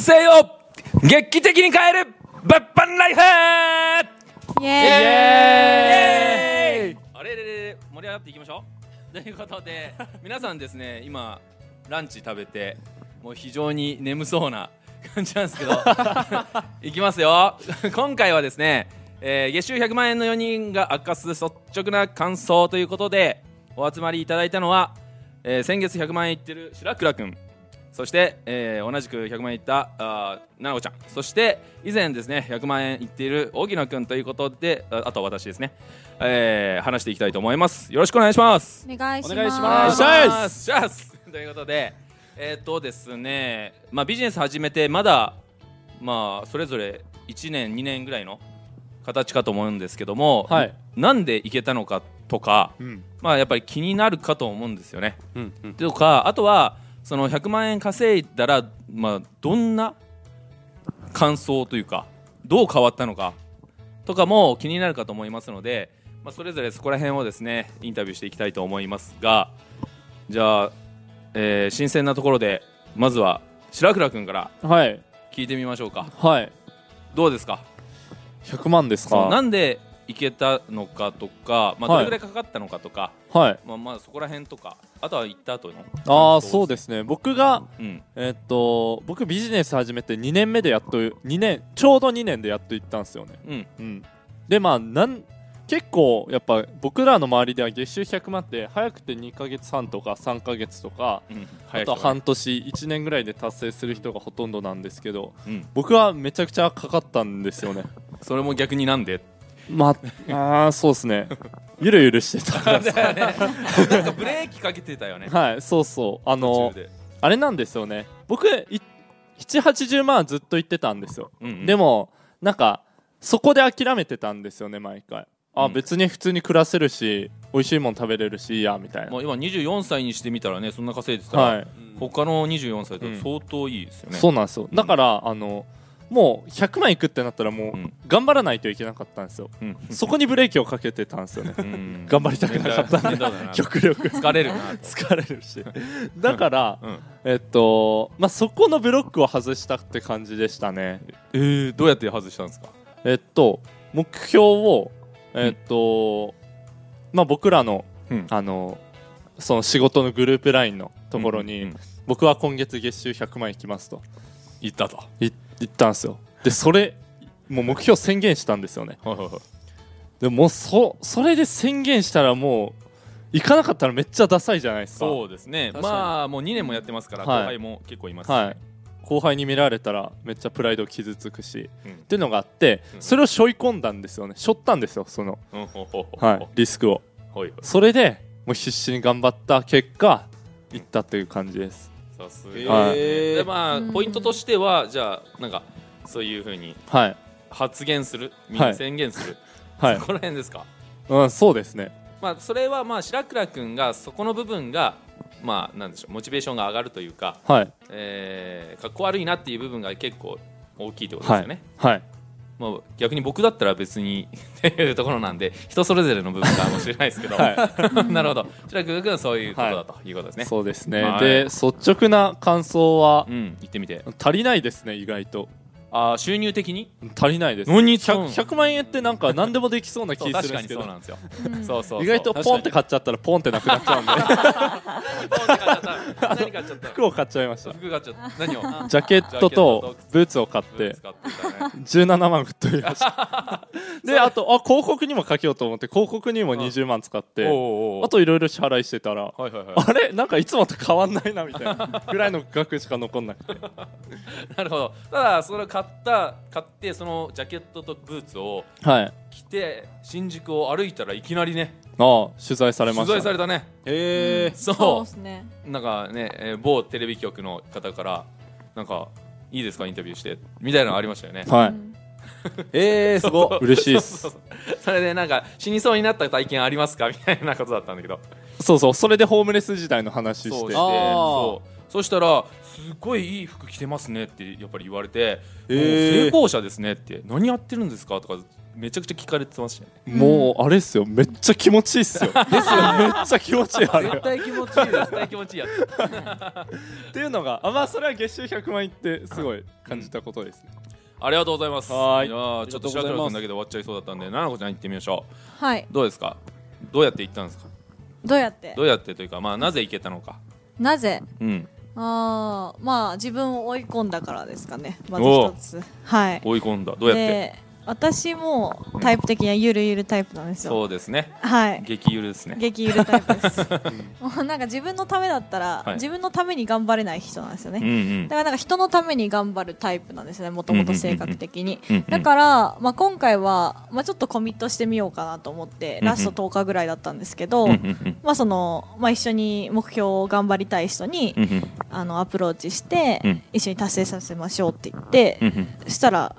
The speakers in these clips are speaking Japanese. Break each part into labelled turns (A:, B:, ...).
A: 生を劇的に変える物販ライフ
B: イエーイ
A: イエーイあれれれれ盛り上がっていきましょうということで 皆さんですね今ランチ食べてもう非常に眠そうな 感じなんですけど いきますよ今回はですね、えー月収100万円の4人が明かす率直な感想ということでお集まりいただいたのは、えー先月100万円いってる白倉君そして、えー同じく100万円いったあー奈々子ちゃんそして以前ですね100万円いっている荻野君ということでああとは私ですね、えー話していきたいと思いますよろしくお願いします
B: お願いします
C: お願いします
A: お願いしますシャスということでえーっとですね、まあ、ビジネス始めてまだまあそれぞれ1年2年ぐらいの形かと思うんですけども、
C: はい
A: なんでいけたのかとか、
C: うん
A: まあやっぱり気になるかと思うんですよね。
C: うんうん
A: とかあとはその100万円稼いだら、まあ、どんな感想というかどう変わったのかとかも気になるかと思いますので、まあ、それぞれそこら辺をですねインタビューしていきたいと思いますがじゃあ、えー新鮮なところでまずは白倉君から
C: はい
A: 聞いてみましょうか
C: はい
A: どうですか
C: 100万です
A: そのな
C: か
A: んで行けたのかとか、まあ、どれぐらいかかったのかとか、
C: はい
A: まあ、まあそこら辺とかあとは行った後の
C: ああそうですね僕が
A: うん
C: えっと僕ビジネス始めて2年目でやっと2年ちょうど2年でやっと行ったんですよね
A: うん
C: うんでまあなん結構やっぱ僕らの周りでは月収100万って早くて2ヶ月半とか3ヶ月とか
A: うん
C: あとは半年1年ぐらいで達成する人がほとんどなんですけど
A: うん
C: 僕はめちゃくちゃかかったんです よね
A: それも逆に なんで
C: まああーそうですねゆるゆるして たから
A: だよねなんかブレーキかけてたよね
C: はい、そうそう。
A: 途
C: あの
A: 中、で、
C: あれなんですよね。僕、い7、80万はずっと言ってたんですよ。
A: うんうん
C: でも、なんか、そこで諦めてたんですよね、毎回。あ、
A: うん
C: 別に普通に暮らせるし、美味しいもん食べれるし、いいや、みたいな。
A: もう今24歳にしてみたらねそんな稼いでたら、
C: はい、
A: 他の24歳と
C: うん
A: 相当いいですよね、
C: そうなんですよ。だから、あの、もう100万いくってなったらもう
A: うん
C: 頑張らないといけなかったんですよ、
A: うん
C: そこにブレーキをかけてたんですよね
A: うん
C: 頑張りたくなかった
A: 面倒 だな
C: 極力
A: 疲れるな
C: 疲れるしだから、
A: うん
C: えっとまあ、そこのブロックを外したって感じでしたね
A: えー、どうやって外したんですか
C: えっと目標をえっと、まあ僕らの
A: うん
C: あのその仕事のグループラインのところに、
A: うんうん
C: 僕は今月月収100万いきますと
A: 行ったとはい
C: 言ったんですよでそれもう目標宣言したんですよね
A: いはいはい
C: でもうそそれで宣言したらもう行かなかったらめっちゃダサいじゃないですか
A: そうですね
C: 確かに
A: まあもう2年もやってますから、
C: はい
A: 後輩も結構いますしね、
C: はい後輩に見られたらめっちゃプライド傷つくし
A: うん
C: っていうのがあって、
A: うん
C: それを背負い込んだんですよね背負ったんですよその、
A: うんほほほほ
C: はい、リスクを
A: ほい
C: それでもう必死に頑張った結果いったっていう感じです
A: さすが、
C: はい
A: でまあ
B: うん
A: ポイントとしてはじゃあなんかそういうふうに
C: はい
A: 発言する、み
C: はい
A: 宣言する、
C: はい
A: そ、こら辺ですか、
C: うん、そうですね
A: まあ、それはまあ白倉君がそこの部分が、まあ、なんでしょうモチベーションが上がるというか、
C: はい
A: えー、かっこ悪いなっていう部分が結構大きいってことで
C: は
A: す
C: い、
A: よね、
C: はい
A: まあ、逆に僕だったら別に っていうところなんで人それぞれの部分かもしれないですけど、
C: は
A: なるほど白倉君はそういうことだということです
C: い、
A: ね、
C: そうですね、
A: はい
C: で率直な感想は
A: うん言ってみて
C: 足りないですね意外と
A: あー収入的に
C: 足りないです
A: 何に使うの
C: 100, 100万円ってなんか何でもできそうな
A: そ
C: 気
A: う
C: す
A: 確
C: るんで
A: か
C: す
A: に
C: け
A: そ
C: ど
A: うなんですよ、
B: うん
A: そうそうそう
C: 意外とポンって買っちゃったらポンってなくなっちゃうんで
A: ポンって買っちゃった何買っちゃった
C: 服を買っちゃいまし た
A: 服買っちゃった何を
C: ジャケットとブーツを買っ
A: ブー
C: て
A: ツ買ってたね
C: 17万太りました であとあ広告にもかけようと思って広告にも20万使って
A: おうおうおう
C: あといろいろ支払いしてたら
A: はいはいはい
C: あれなんかいつもと変わんないなみたいな ぐらいの額しか残んなくて
A: なるほどただそれを買った買ってそのジャケットとブーツを
C: はいあ
A: 着て新宿を歩いたらいきなりね
C: あ取材されま
A: 取材
C: した
A: されたね
C: へえ
B: そう
A: そ
B: ですね
A: うなんかね、えー某テレビ局の方からなんかいいですかインタビューしてみたいなのありましたよね
B: う
C: はい
B: ん
C: ええすご嬉しいっ
A: そ
C: す
A: うそう そうそれでなんか死にそうになった体験ありますかみたいなことだったんだけど
C: そうそうそれでホームレス時代の話
A: そう
C: し
A: して
C: て
D: あー
A: そうそしたらすごいいい服着てますねってやっぱり言われて、
D: えー
A: もう成功者ですねって何やってるんですかとか
D: めちゃくちゃ聞かれてましたね
C: もうあれっすよめっちゃ気持ちいいっすよですよめっちゃ気持ちいいあれ
A: 絶対気持ちいい絶対気持ちいいやつ
C: っていうのがあまあそれは月収100万いってすごい感じたことですね、
A: ありがとうございます
C: はーい
A: やーちょっと白黒君だけで終わっちゃいそうだったんで奈々子ちゃん行ってみましょ
B: はい。
A: うどうですかどうやって行ったんですか
B: どうやって
A: どうやってというかまあなぜ行けたのか
B: なぜ
A: うん
B: あーまあ自分を追い込んだからですかね。まず
A: お
B: 一
A: う
B: つ。はい。
A: 追い込んだどうやって
B: で私もタイプ的にはゆるゆるタイプなんですよ。
A: そうですね
B: はい。
A: 激ゆるですね
B: 激ゆるタイプです。もうなんか自分のためだったら、
A: はい
B: 自分のために頑張れない人なんですよね。
A: うんうん
B: だからなんか人のために頑張るタイプなんですね、もともと性格的に
A: うんうんうん。
B: だから、まあ、今回は、まあ、ちょっとコミットしてみようかなと思って、
A: んうん
B: ラスト10日ぐらいだったんですけど、
A: うんうん
B: まあそのまあ、一緒に目標を頑張りたい人に、
A: うんうんうん
B: あのアプローチして、
A: うん
B: 一緒に達成させましょうって言って、
A: うんうん
B: そしたら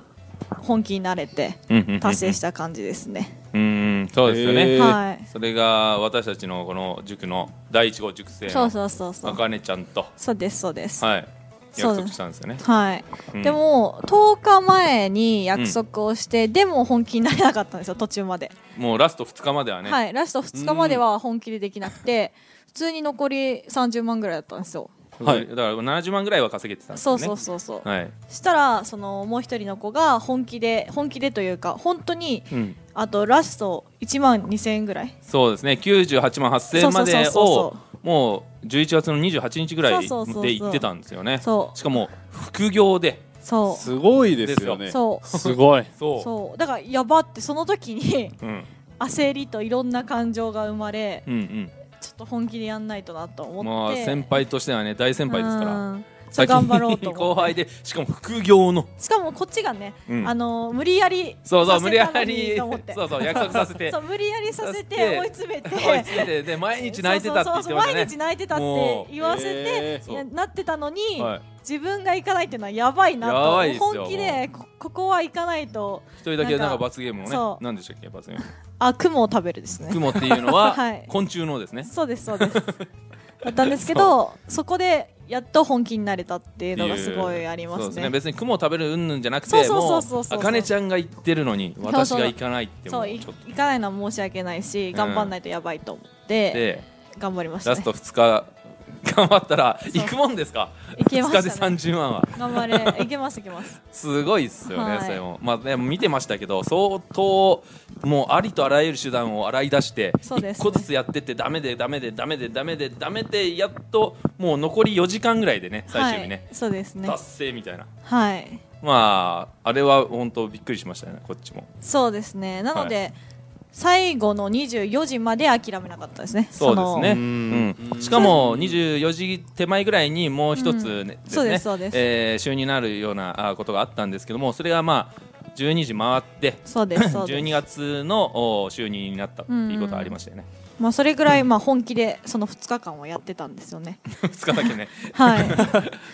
B: 本気になれて
A: うんうんうん
B: 達成した感じですね。
A: うーんそうですよね、
C: へー
B: はい
A: それが私たちのこの塾の第一号塾生
B: そう
A: の
B: そうそうそう
A: 茜ちゃんと
B: そうですそうです、
A: はい
B: そう
A: 約束したんですよね
B: はい、
A: うん
B: でも10日前に約束をして、でも本気になれなかったんですよ途中まで、
A: もうラスト2日まではね、
B: はいラスト2日までは本気でできなくて普通に残り30万ぐらいだったんですよ
A: はい、だから70万ぐらいは稼げてたんです
B: そ
A: よ
B: う
A: ね
B: そうそうそう、
A: はい、
B: したらそのもう一人の子が本気で本気でというか本当に
A: うん、
B: あとラスト1万2000円ぐらい
A: そうですね98万8000円まで
B: そうそうそう
A: を
B: そ
A: もう11月の28日ぐらいで
B: そうそうそうそう
A: 行ってたんですよね
B: そう
A: しかも副業で
B: そ
E: すごいですよ
B: う
E: ね
B: そう
C: すごい
A: そ
B: そうだからやばってその時に
A: う、うん、
B: 焦りといろんな感情が生まれ
A: うん
B: ちょっと本気でやんないとなと思
A: う
B: っ
A: ん
B: て
A: まあ先輩としてはね大先輩ですから
B: うんそう頑張ろうと
A: 後
B: 思って
A: 輩でしかも副業の
B: しかもこっちがね、
A: うん
B: あの無理やり
A: そうそう
B: さ
A: 無理
B: せた
A: や
B: のに
A: り
B: と思って
A: そうそう約束させて
B: そう無理やりさせ
A: させて
B: て追い詰めて
A: 追いついてで毎日泣いてたって言ってました
B: そうそうそう毎
A: ね
B: 日泣いてたっ
A: も
B: て
A: う
B: 言わせて、
E: えー
B: いやなってたのに、
A: はい
B: 自分が行かないっていうのはやばいな
A: や
B: と
A: ばいですよ
B: 本気でこここは行かないと
A: 一人だけなんか罰ゲームを
B: そ
A: ね
B: う
A: 何でしたっけ罰ゲーム
B: あ雲を食べるですね
A: 雲っていうの
B: は
A: はい昆虫のですね
B: そうです そうですだったんですけどそこでやっと本気になれたっていうのがすごいありま
A: そう
B: す
A: ですね
B: ね
A: 別に雲を食べるうんぬんじゃなく
B: そう
A: て
B: そう
A: も
B: そううそうそう
A: あかねちゃんが行ってるのに
B: そう
A: 私が行かないっても
B: そう
A: う
B: い
A: ちょっと
B: 行かないのは申し訳ないし頑張んないとやばいと思って、
A: で
B: 頑張りました、
A: ラ
B: ね、
A: スト2日頑張ったら行くもんですか
B: 行けま
A: 2日で
B: した、ね、
A: 30万は
B: 頑張れ行けます行けます
A: すごいっすよね、
B: はい
A: それも、まあ、でも見てましたけど相当もうありとあらゆる手段を洗い出して
B: そうですね
A: 一個ずつやってってダメでダメでダメでダメでダメでやっともう残り4時間ぐらいでね 最終日ね
B: は、い、そうですね
A: 達成みたいな
B: はい
A: まああれは本当びっくりしましたねこっちも
B: そうですねなので、最後の24時まで諦めなかったですね
A: そうですね
C: その
A: うんしかも24時手前ぐらいにもう一つね、
B: そうですそうです
A: えー週になるようなあことがあったんですけどもそれがまあ12時回って
B: そのそ うですそうです
A: 12月のお収入になったっていうことがありましたよね、
B: まあそれぐらいまあ本気でその2日間はやってたんですよね
A: 2日だけね、
B: はい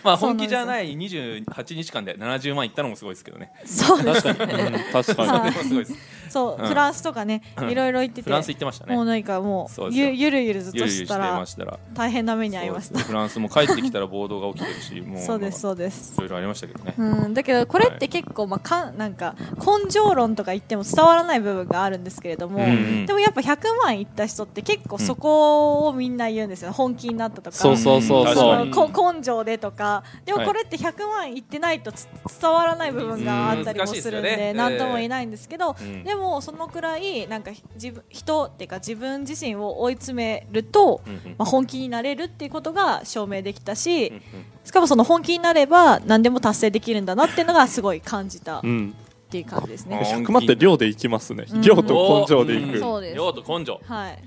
A: まあ、
B: そう
A: 本
B: なん
A: 気
B: です
A: じ
B: よ
A: ゃない28日間で70万いったのもすごいですけど ね、
B: そうです
C: 確かに、うん確かに、
B: はい
A: でもすごいです
B: そう、
A: うん
B: フランスとかね
A: うん
B: いろいろ行ってて
A: フランス行ってましたね
B: もうなんかも
A: そう
B: う
A: ですよ
B: ゆゆるゆるずっ
A: ゆ
B: と
A: るゆるし
B: し
A: てて
B: たら
A: ましたら
B: 大変な目に
A: そう
B: 遭いました
A: ですフランスも帰ってきたら暴動が起きてるしもう
B: そうです
A: なんか
B: そうです
A: いろいろありましたけどね、
B: うん、だけどこれって結構、まあ、かんなんか根性論とか言っても伝わらない部分があるんですけれども、
A: うんうん
B: でもやっぱ100万いった人って結構そこをみんな言うんですよ、本気になったとか
C: そうそうそううんそ
B: そうのこ根性でとかでも
C: はい
B: これって100万いってないとつ伝わらない部分があったりもするん
A: うん難しいですよね
B: で何とも言えないんですけど、
A: うん
B: でもそのくらいなんか自分人っていうか自分自身を追い詰めると、
A: うんうん
B: まあ、本気になれるっていうことが証明できたし、
A: うんうん
B: しかもその本気になれば何でも達成できるんだなっていうのがすごい感じたっ
C: うん、
B: ていう感じですね。
C: 100万って量でいきますね量と根性でいく、
A: うん
B: そうです
A: 量と根性
B: はい、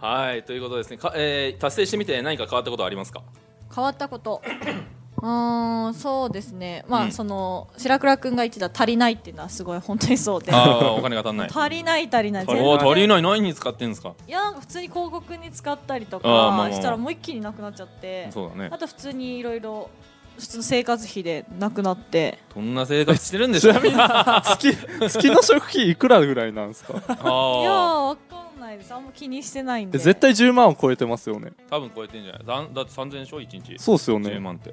A: はいということですねか、えー達成してみて何か変わったことはあり ますか
B: 変わった ことうーんそうですねまあ、
A: うん
B: その白倉君が言ってた足りないっていうのはすごい本当にそうで
A: ああお金が足んない
B: 足りない足りない全
A: お
B: 然
A: ー足りない何に使ってんですか
B: いやなんか普通に広告に使ったりと
A: あーまあまあ
B: か
A: まあ
B: したらもう一気になくなっちゃって
A: そうだね
B: あと普通にいろいろ普通の生活費でなくなって
A: どんな生活してるんでし
C: ち
A: ょう
C: なみに月月の食費いくらぐらいなんですか
B: いや
A: ああ
B: ーわかんないですあんま気にしてないんで
C: 絶対10万を超えてますよね
A: 多分超えてんじゃないだんだって3000円でしょ1日
C: そうっすよ
A: 10
C: ね
A: 万って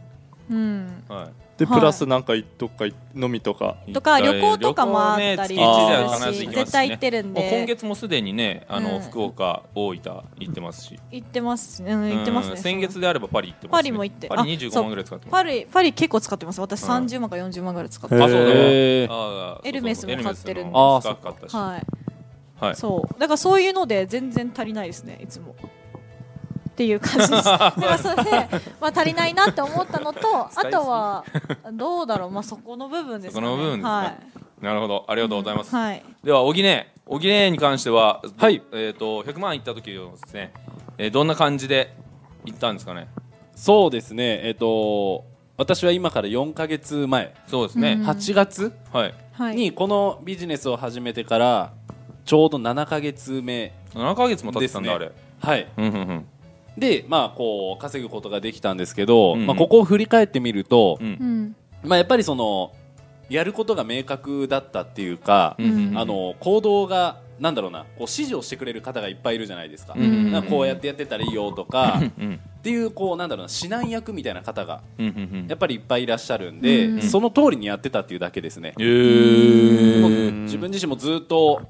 B: うん
A: は
C: で
B: はい
C: プラスなんかどっか飲みとか
B: とか旅行とかもあっ
A: ね
B: たり
A: 月
B: す
A: 一
B: る
A: では必ず行きま
B: し、
A: すし、ね、
B: 絶対行ってるん
A: もう
B: で
A: 今月もすでにねあの、
B: うん
A: 福岡大分行ってますし、
B: 行ってます、うん、行ってますね
A: うん先月であればパリ行ってます、ね、
B: パリも行って
A: パ
B: あ
A: リ25
B: そう
A: 万ぐらい使ってます
B: パリパリ結構使ってます私
A: うん
B: 30万か40万ぐらい使って
C: へ
B: ま
A: あ
B: す、
A: そうだ
C: へー
A: あそうそう
B: エルメスも買って
A: エ
B: るんで
A: ルメスのスカーフ買ったし
B: はい、
A: はい
B: そうだからそういうので全然足りないですねいつもっていう 感じですだからそれで、まあ、足りないなって思ったのとあ
A: 使いすぎ
B: とはどうだろう、まあ、そこの部分ですかね
A: そこの部分ですね
B: はい、あ
A: なるほどあり
B: り
A: がとうございます、
B: はい、
A: では小木ね小木ねに関しては
C: はい
A: えっ、と100万行った時のですね、えーどんな感じで行ったんですかね
D: そうですねえっ、と私は今から4か月前
A: そうですね、
B: うん
D: 8月
A: はい
B: はい、
D: にこのビジネスを始めてからちょうど7か月目
A: 7ヶ月も経ってたんだ、あ
D: で
A: れ
D: すはい
A: うんうんうん
D: でまあこう稼ぐことができたんですけど、
A: うんうん
D: まあ、ここを振り返ってみると
A: う、ん
B: うん
D: まあ、やっぱりそのやることが明確だったっていうか、
A: うんうんうん
D: あの行動がなんだろうなこう指示をしてくれる方がいっぱいいるじゃないですか,、
A: うんうんうん
D: なんかこうやってやってたらいいよとか
A: うん
D: っていうこうなんだろうな指南役みたいな方が
A: うんうんうん
D: やっぱりいっぱいいらっしゃるんで、
B: うん
D: その通りにやってたっていうだけですね、
A: えー
D: もう自分自身もずっと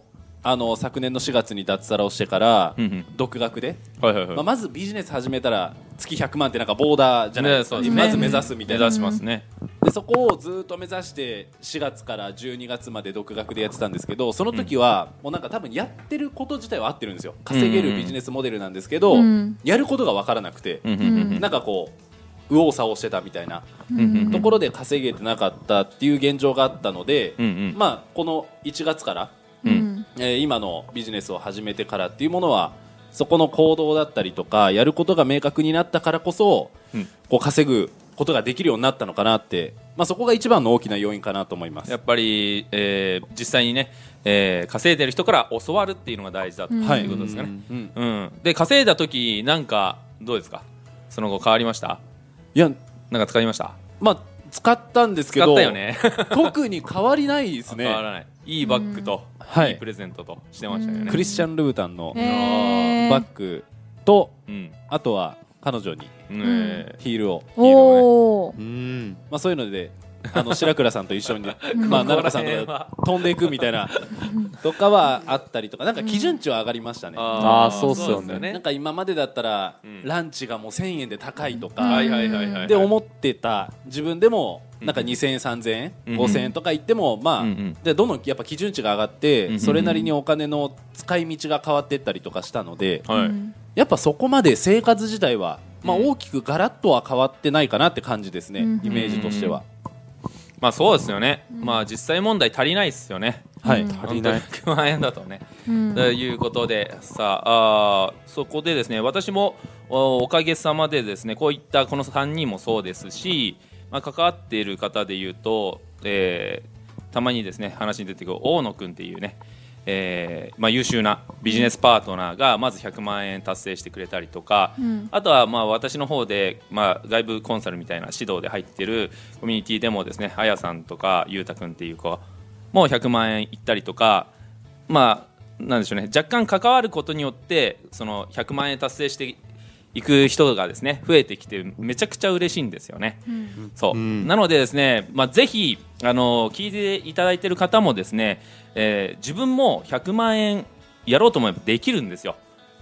D: あの昨年の4月に脱サラをしてから、
A: うんうん
D: 独学で、
A: はいはいはい、
D: まあ、まずビジネス始めたら月100万ってなんかボーダーじゃないですか、
A: ねそうですね
D: まず目指すみた
A: 目
D: いな
A: 指しますね、
D: でそこをずっと目指して4月から12月まで独学でやってたんですけどその時はもうなんか多分やってること自体は合ってるんですよ稼げるビジネスモデルなんですけど、
B: うん
D: やることが分からなくて、
A: うんうんうん
D: なんかこう右往左往してたみたいな
A: うんうんうん
D: ところで稼げてなかったっていう現状があったので、
A: うんうん
D: まあこの1月から、
A: うん
D: えー今のビジネスを始めてからっていうものはそこの行動だったりとかやることが明確になったからこそ、
A: うん
D: こう稼ぐことができるようになったのかなって、まあ、そこが一番の大きな要因かなと思います
A: やっぱり、えー実際にね、えー稼いでる人から教わるっていうのが大事だという
B: はい
A: ことですかね。
D: うん
A: うんで稼いだ時なんかどうですかその後変わりました
D: いや
A: なんか使いました
D: まあ使ったんですけ
A: 使
D: ど
A: ったよね
D: 特に変わりないです
A: 変わ
D: ね
A: らないいいバッグと、、
D: はいい
A: いプレゼントとしてましたよね
D: ク。リスチャン・ルブタンの
B: えー
D: バッグと
A: うん
D: あとは彼女に
A: ねえ
D: ヒールを、
B: おお、
C: うん
D: まあ、そういうのであ の白倉さんと一緒に、まあ、
A: ここら辺は
D: 奈々子さんとか飛んでいくみたい なとかはあったりとかなんか基準値は上がりましたね。
C: あーそうっすよね
A: そうです
D: なんか今までだったら、
A: うん
D: ランチがもう1000円で高いと
A: は
D: か、
A: いはいはいはい
D: で思ってた自分でもなんか
A: うん
D: 2000円3000円、
A: うん
D: 5000円とか言ってもまあ、
A: うんうん
D: でどんどんやっぱ基準値が上がって、
A: うん
D: それなりにお金の使い道が変わってったりとかしたので、
A: はい、
B: うん
D: やっぱそこまで生活自体は、まあ、
A: うん
D: 大きくガラッとは変わってないかなって感じですね、
B: うん
D: イメージとしては、
A: まあそうですよね、
B: ん
A: まあ実際問題足りないですよね
D: はい、
B: うん
C: 足りない
A: 100万円だとね
B: うん
A: ということでさああーそこでですね私もおおかげさまでですねこういったこの3人もそうですし、まあ、関わっている方で言うと、えーたまにですね話に出てくる大野君っていうね、えーまあ、優秀なビジネスパートナーがまず100万円達成してくれたりとか、
B: うん
A: あとはまあ私の方で、まあ、外部コンサルみたいな指導で入ってるコミュニティでもですねあやさんとかゆうたくんっていう子もう100万円いったりとかまあなんでしょうね若干関わることによってその100万円達成していく人がですね増えてきてめちゃくちゃ嬉しいんですよね。そう、
C: うん
A: なのでですね、まあ、ぜひあの聞いていただいてる方もですね、えー自分も100万円やろうと思えばできるんですよ。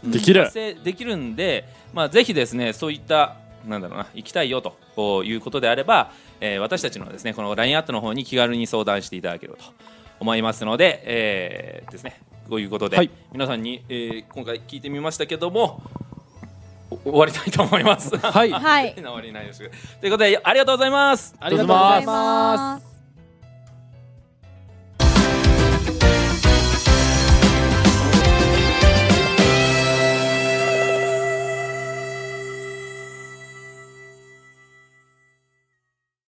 C: できる
A: 達成できるんで、まあ、ぜひですねそういったなんだろうな行きたいよとこういうことであれば、えー私たちのですねこの LINE アットの方に気軽に相談していただければと思いますので、えーですねということで、
C: はい
A: 皆さんに、えー今回聞いてみましたけどもお終わりたいと思います。
D: はい
B: はい
A: 終わりないですけどということでありがとうございます。
D: あ
C: り
D: り
C: がと
D: がと
C: う
D: う
C: ご
D: ご
C: ざ
D: ざ
C: い
D: い
B: ま
D: ますす。